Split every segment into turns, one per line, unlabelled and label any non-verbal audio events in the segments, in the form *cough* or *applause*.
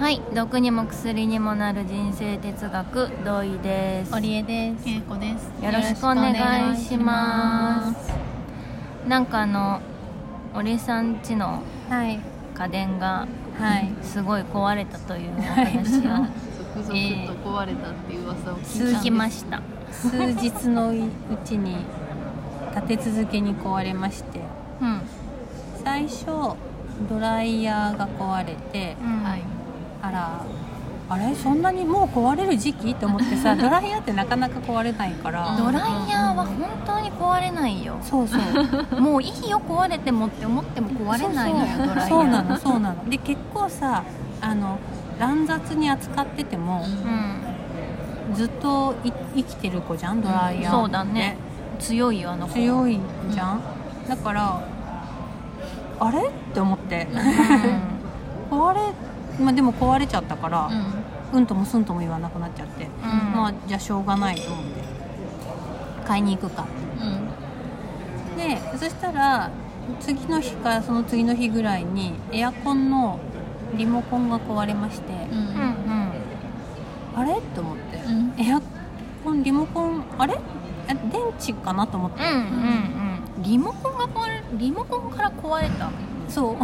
はい、毒にも薬にもなる人生哲学土井です。よ
織江です。
恵子です。
ろしくお願いします。なんかあの織さん家の
はい。
家電が
はい。
すごい壊れたというお話を
続々と壊れたっていう噂を聞い
聞
たん
き
で。
ますした。
数日のうちに立て続けに壊れまして、
うん、
最初ドライヤーが壊れて、
うん、
はい。
あら。あれそんなにもう壊れる時期と思っ
*laughs*
てさドライヤーってなかなか壊れないから、
ドライヤーは本当に壊れないよ。
そうそう
もういいよ壊れてもって思っても壊れないのよドライヤー。
そうなのそうなので結構さあの乱雑に扱ってても、
う
ずっとい生きてる子じゃんドライ
ん、
ヤーって
そうだね。強いよあの子。
強いじゃん、だからあれって思って
うん
壊れ、まあ、でも壊れちゃったから
う、ん。
うん、ともすんとも言わなくなっちゃって、まあじゃあしょうがないと思って買いに行くか
うん。
でそしたら次の日かその次の日ぐらいにエアコンのリモコンが壊れまして、
う。
うんん
あれと思って、
うん
エアコンリモコンあれあ電池かなと思って
うんうんうんうんリモコンが壊れリモコンから壊れた *laughs*
そう
で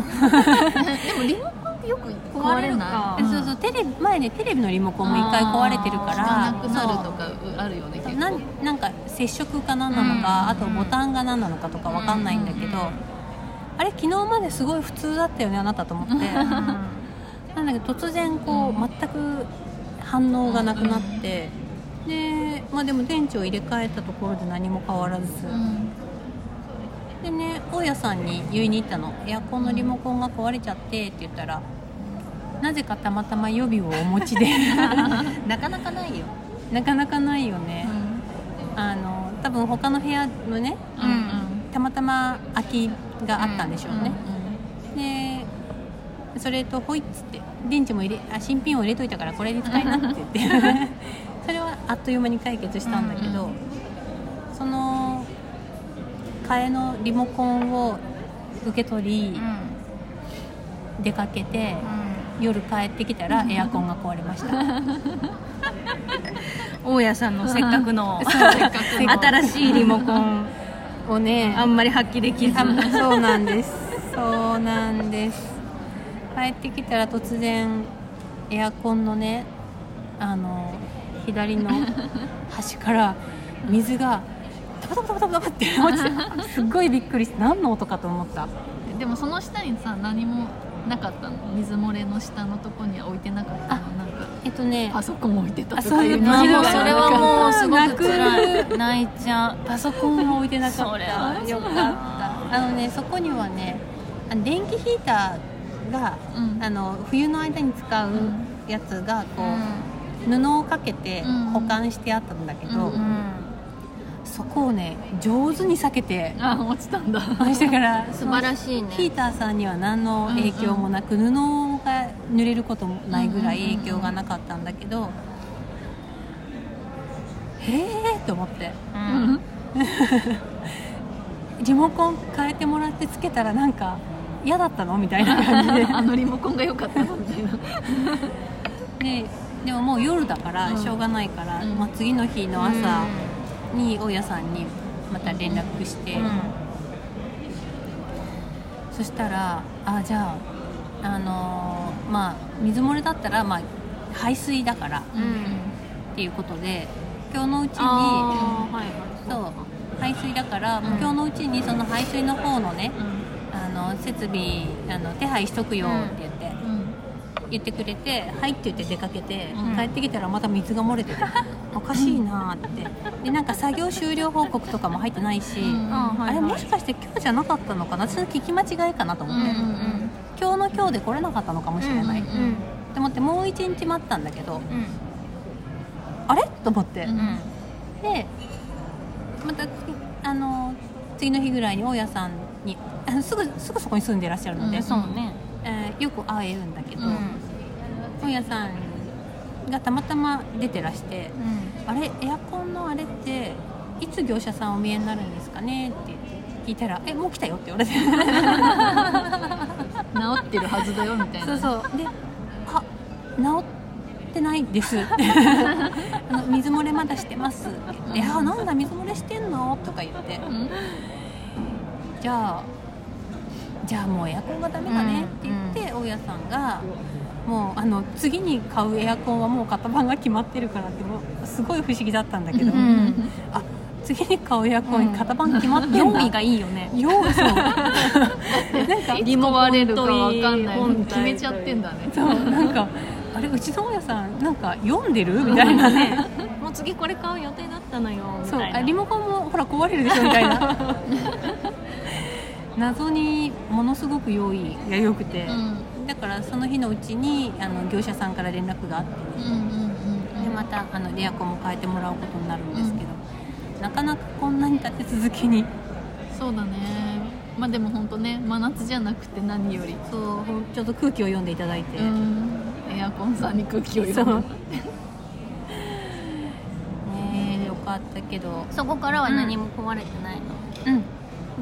もリモコンってよく
壊
壊
れ
れ
る
る
か
か。
えそうそうテレビ前ねテレビのリモコンも一回壊れてるか
な
ら
くなるとかあるよね。
そう
結構
なんなんか接触か何なのか、
うん
あとボタンが何なのかとかわかんないんだけど、
うん
あれ昨日まですごい普通だったよねあなたと
*laughs*
思ってなんだけど突然こう全く反応がなくなって、でまあ、でも電池を入れ替えたところで何も変わらず、
うん。
でね大家さんに言いに行ったのエアコンのリモコンが壊れちゃってって言ったらなぜかたまたま予備をお持ちで
なかなかないよ
なかなかないよね、
うん。
あの多分他の部屋のね
うん
たまたま空きがあったんでしょうね、でそれと「ほい」っつって電池も入れあ新品を入れといたからこれで使いなって言ってそれはあっという間に解決したんだけど、
うんうん
その替えのリモコンを受け取
う
り、
ん
出かけて、夜帰ってきたらエアコンが壊れました
*laughs* 大家さんのせっかくの
せっかく
*laughs*
の
新しいリモコン
をね
あんまり発揮できず
あ
*laughs*
そうなんですそうなんです帰ってきたら突然エアコンのねあの
*laughs*
左の端から水がタバタバタバタバって落ちて
*laughs*
すっごいびっくりして何の音かと思った
でもその下にさ何もなかったの。水漏れの下のとこには置いてなかったの。なんか
えっとね
パソコン置いてた
あ
と
そう
かい
いうう
の
まあ
の
もうそれはもうすごく辛
泣
い泣いちゃう
パソコンは置いてなかった
それは
よかったあのねそこにはねあの電気ヒーターが
うん
あの冬の間に使うやつがこう、布をかけて
うん
保管してあったんだけど、
うん
うん
そこをね上手に避けて
あ落ちたんだ。
ましたから
素晴らしいね
ヒーターさんには何の影響もなく、布が濡れることもないぐらい影響がなかったんだけど、へえと思って
うん
リモコン変えてもらってつけたらなんか嫌だったのみたいな
*laughs*
感じで
あのリモコンが良かったのみたいな。
ででももう夜だから
うん
しょうがないから、
うん
まあ、次の日の朝に大家さんにまた連絡して、
うん
そしたらあじゃあ、あのーまあ、水漏れだったら、まあ、排水だから
うん
っていうことで今日のうち
あ
に
ーはい
そう排水だから、もう
うん
今日のうちにその排水の方のね
う
あの設備あの手配しとくよって言って、
んうん。
言ってくれて「はい」って言って出かけて、
うん
帰ってきたらまた水が漏れ
*laughs*
てておかしいなーってでなんか作業終了報告とかも入ってないし、
うん
あーはいはい
あれもしかして今日じゃなかったのかなそれ聞き間違いかなと思って、
うん
今日の今日で来れなかったのかもしれない、
うん
と
うん
思ってもう一日待ったんだけど
うん
あれと思って、
う
うん
でまた次あの次の日ぐらいに大家さんにあのすぐすぐそこに住んでいらっしゃるので、
う
うんんそうね
えーよく会えるんだけど、
うん
本屋さんがたまたま出てらして「あれエアコンのあれっていつ業者さんお見えになるんですかね?」って聞いたら「えもう来たよ」って言われて
治ってるはずだよみたいな
そうそうで「あ治ってないです」 *laughs* あの水漏れまだし
*laughs*
てます」って「いやなんだ水漏れしてんの?」とか言って
うん
じゃあじゃあもうエアコンがダメだねって言って、大家さんがもうあの次に買うエアコンはもう型番が決まってるからってもうすごい不思議だったんだけど、
うん
次に買うエアコン
うん
に型番決まってんだ、
用意がいいよね
用意そうなんか
リモ壊れるかわかんな
本
い
体
決めちゃってんだね
そうなんかあれうちの大家さんなんか読んでるみたいなね
もう次これ買う予定だったのよみ
そう
たい
あ
な
リモコンもほら壊れるでしょみたいな謎にものすごく用意が良くて、
うん
だからその日のうちにあの業者さんから連絡があって
うんうんうん
でまたあのエアコンも変えてもらうことになるんですけど、なかなかこんなに立て続けに
そうだねまあでも本当ね真夏じゃなくて何より
そうほんちょっと空気を読んでいただいて、
うんエアコンさんに空気を
そ
読
う
む
ねえよかったけど
そこからは何も壊れてないの、
うん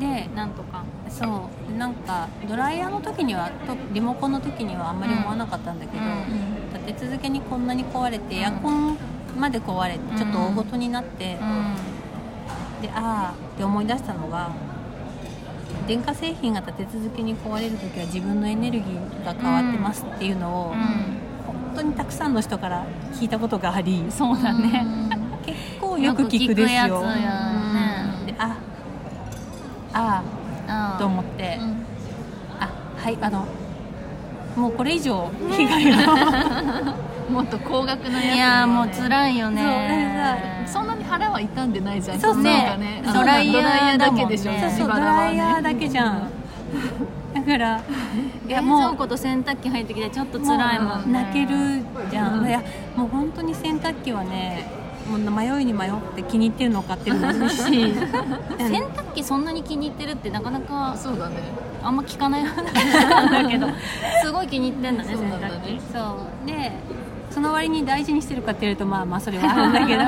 で
なんとか
そうなんかドライヤーの時にはとリモコンの時にはあんまり思わなかったんだけど、
うん
立て続けにこんなに壊れて、
うん
エアコンまで壊れてちょっと大ごとになって、
う
でああって思い出したのが電化製品が立て続けに壊れる時は自分のエネルギーが変わってますっていうのを、
ん
本当にたくさんの人から聞いたことがあり
そうだね
結構よく聞くです
よく聞くや
よ。
つやね
であああと思って、
うんうん
あはいあのもうこれ以上被害が、
もっと高額ないやつ
やーもう
い
辛いよね
ね
そんなに腹は痛んでないじゃん
そうそう
なんかね
ドライヤー
あのドライヤーだけでし
だ
ょ
もん
そ
ね
うそう
自
ド
腹は
ラ
ね
イヤーだけじゃ *laughs* ん、だからい
冷
やも
蔵
う
庫と洗濯機入ってきてちょっと辛いもんね
泣けるじゃん、
うん
いやもう本当に洗濯機はねもう迷いに迷って気に入ってるのを買ってるのもい *laughs* るし洗
洗濯機そんなに気に入ってるってなかなか
そうだね
あんま聞かない話なんだけどすごい気に入ってんだね
そう
洗
なんだ
濯機
ね
そうでその割に大事にしてるかって言われるとまあまあそれはあるんだけど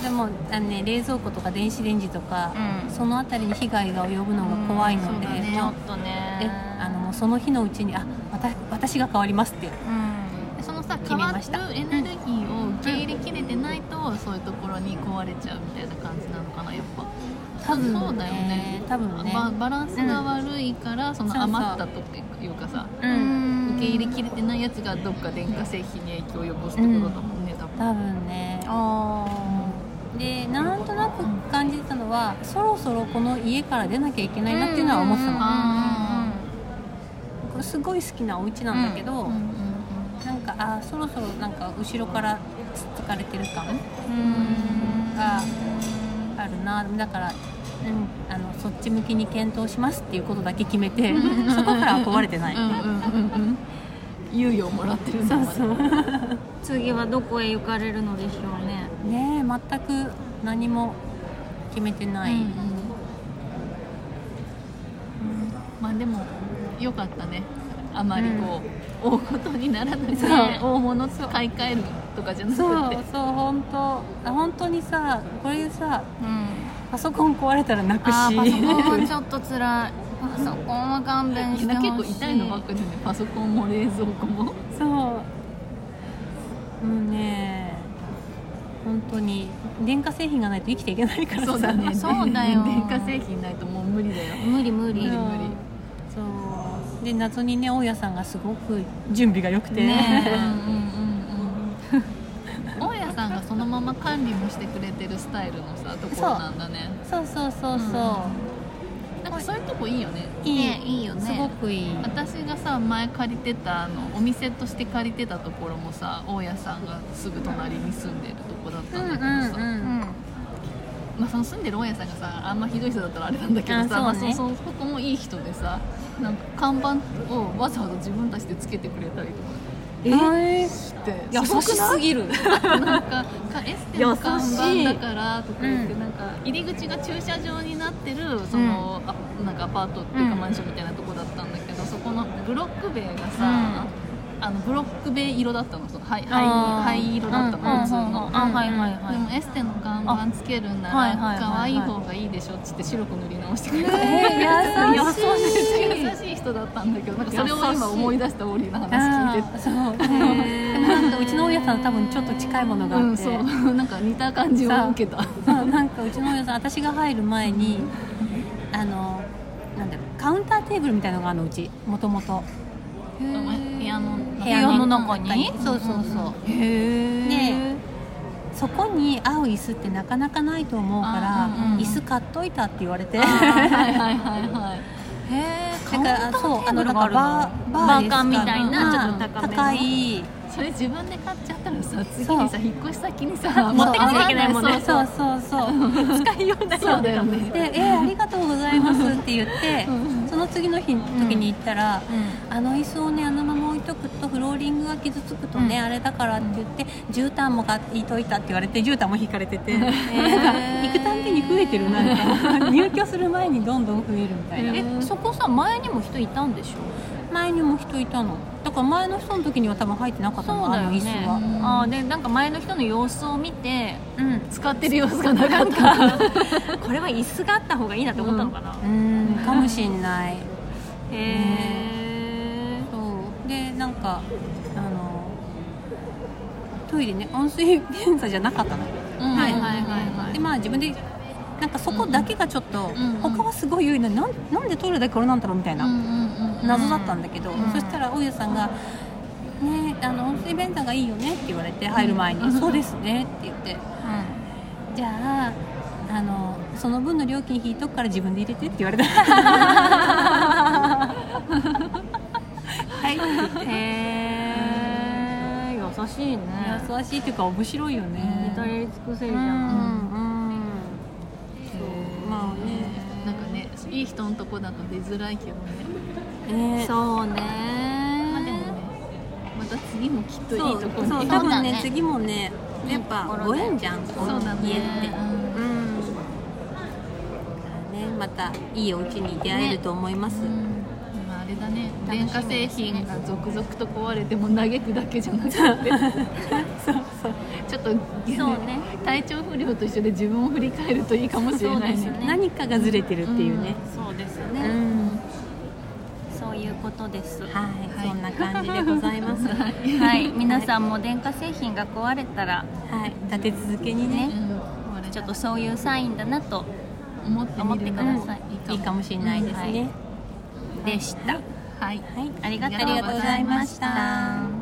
でもあの、ね、冷蔵庫とか電子レンジとか、
うん
そのあたりに被害が及ぶのが怖いの
うん
で、
そうだね
ちょっとね
えあのもうその日のうちにあ私私が変わりますって
うん
そのさ
決
変
め
わ
ました
るエネルギーを受け入れきれてないとそういうところに壊れちゃうみたいな感じなのかなやっぱ
多分
そうだよね
多分ね、
まあバランスが悪いから、その余ったというかさ
うん
受け入れきれてないやつがどっか電化製品に影響を及ぼすところだもんね多分
多分ね
あ
でなんとなく感じてたのはそろそろこの家から出なきゃいけないなっていうのは思ってたの、
あ
これすごい好きなお家なんだけど、
うんうん
なんかあーそろそろなんか後ろからつっつかれてる感
うん
があるなだから、うん、あのそっち向きに検討しますっていうことだけ決めてそこからは壊れてない、
うんうんうんうん猶予をもらってるんだもんね
次はどこへ行かれるのでしょうね
ねえ全く何も決めてない、
うんまあでも良かったねあまりこう、大ごとにならなくて
そう
大物買い替えるとかじゃな
そう
くて
そう本当あ本当にさこれさ
うん
パソコン壊れたら泣くし
あーパソコンはちょっと辛いパソコンは勘弁してほしい
結構痛いのばっかりだねパソコンも冷蔵庫も
そうもうね本当に電化製品がないと生きていけないからさ
そうだね
そうだよ
電化製品ないともう無理だよ
無理無
う
理
ん
無理無理
そうで謎にね大家さんがすごく準備が良くて
ね
うんうんうんうん大家さんがそのまま管理もしてくれてるスタイルのさところなんだね
そうそうそうそう、
なんかそういうとこいいよね
ねいいよね
すごくいい
私がさ前借りてたあのお店として借りてたところもさ大家さんがすぐ隣に住んでるとこだったんだけどさ、
うん
まあ、その住んでる大家さんがさあんまひどい人だったらあれなんだけどさ
あ
まあ
そう
そ
ね
そそこもいい人でさなんか看板をわざわざ自分たちでつけてくれたりとか
え
して
優しすぎる
なんかかエステの看
優しい
板だからとか言って、
う
なんか入り口が駐車場になってるその、あなんかアパートっていうか
うん
マンションみたいなとこだったんだけど、そこのブロック塀がさ、あのブロック塀色だったのその灰灰
あー
灰色だった
うんうんうん
の普通の。
あはいはいは
で
い
もエステの看板つけるんな
はい
ら
はいはいはい
可愛い方がいいでしょっつって白く塗り直してくれた、
えー優しい
優しい人だったんだけどなんかそれを今思い出したオーリーの話聞いてて
そうでもなんかうちの親さん多分ちょっと近いものが
う
あっ
ん
て、
そう *laughs* なんか似た感じを受けた
まあなんかうちの親さん私が入る前にあのなんだろうカウンターテーブルみたいなのがあるのうちもともと
部屋の
部屋の中に
そうそうそう
へえ
ねそこに合う椅子ってなかなかないと思うから
あー
うんうん
椅子買っといたって言われて
はいはいはいはい
へえ
だからそうあのなんかバー
バー
です
カ
か
ンみたいなちょっと高めの
高い
それ自分で買っちゃったらさ次
そう
にさ引っ越し先に
*laughs*
さ
持ってかなきゃいけないもんね
そう
そ
そうう
そうそう
使いようだ
そうだよね
で「えーありがとうございます」って言って
うん
その次の日時に行ったら、
う
あの椅子をねあのまま置いとくとフローリングが傷つくとね、
うん
あれだからって言って絨毯も買っていといたって言われて絨毯も引かれててなんか行くたんびに増えてるなんか入居する前にどんどん増えるみたいな、
うん
えそこさ前にも人いたんでしょ
前にも人いたのだから前の人の時には多分入ってなかったのあの椅子は、
ああーでなんか前の人の様子を見て
うん
使ってる様子がなかった
これは椅子があった方がいいなって思ったのかな、
うんかもしんない
へえ
そうでなんかあのトイレね温水検査じゃなかったの
はいはいはいは
で
い
まあ自分でなんかそこだけがちょっと、
んうん
他はすごい良いのになんなんでトイレだけこれなんだろうみたいな、
うん
謎だったんだけど、
うん
そしたら大家さんが「ねえあの温水便座がいいよね」って言われて入る前に「
うん
そうですね」って言って「じゃああのその分の料金引いとくから自分で入れて」って言われたはいって言って
へえ優しいね
優しいっていうか面白いよね
至れり尽くせる
う
じゃ
ん
ん、
うんそうまあね
なんかねいい人のとこだと出づらいけどね
ね
そうね
まあでもねまた次もきっといい
そう
とこ
そう
に
多
そうだ
分ね
ね
次もねや
い
っ
いと
ぱ
ころ
ご
で
縁じゃん
そうだね
家って
うん
うんだからねまたいいお家に出会えると思います、
今あれだね
楽しみ
電
ですね
化製品が続々と壊れても嘆くだけじゃな
*laughs*
くて
そうそう
ちょっ
そ
と、
うね
体調不良と一緒で自分を振り返るといいかもしれな
そ
い
うです
ね
ね
何かがずれてるっていうね、
そうです
うん
ね、そういうことです
はい、
はい
そんな感じでござい *laughs* ますはい、
はい皆さんも電化製品が壊れたら
立て続けに
う
ね
んこれ
ちょっとそういうサインだなと
思ってみる
思
のも
ってください
いいかもしれないですね、
でした
はい
はい
ありがとう
ありがとうございました
ありがとうございました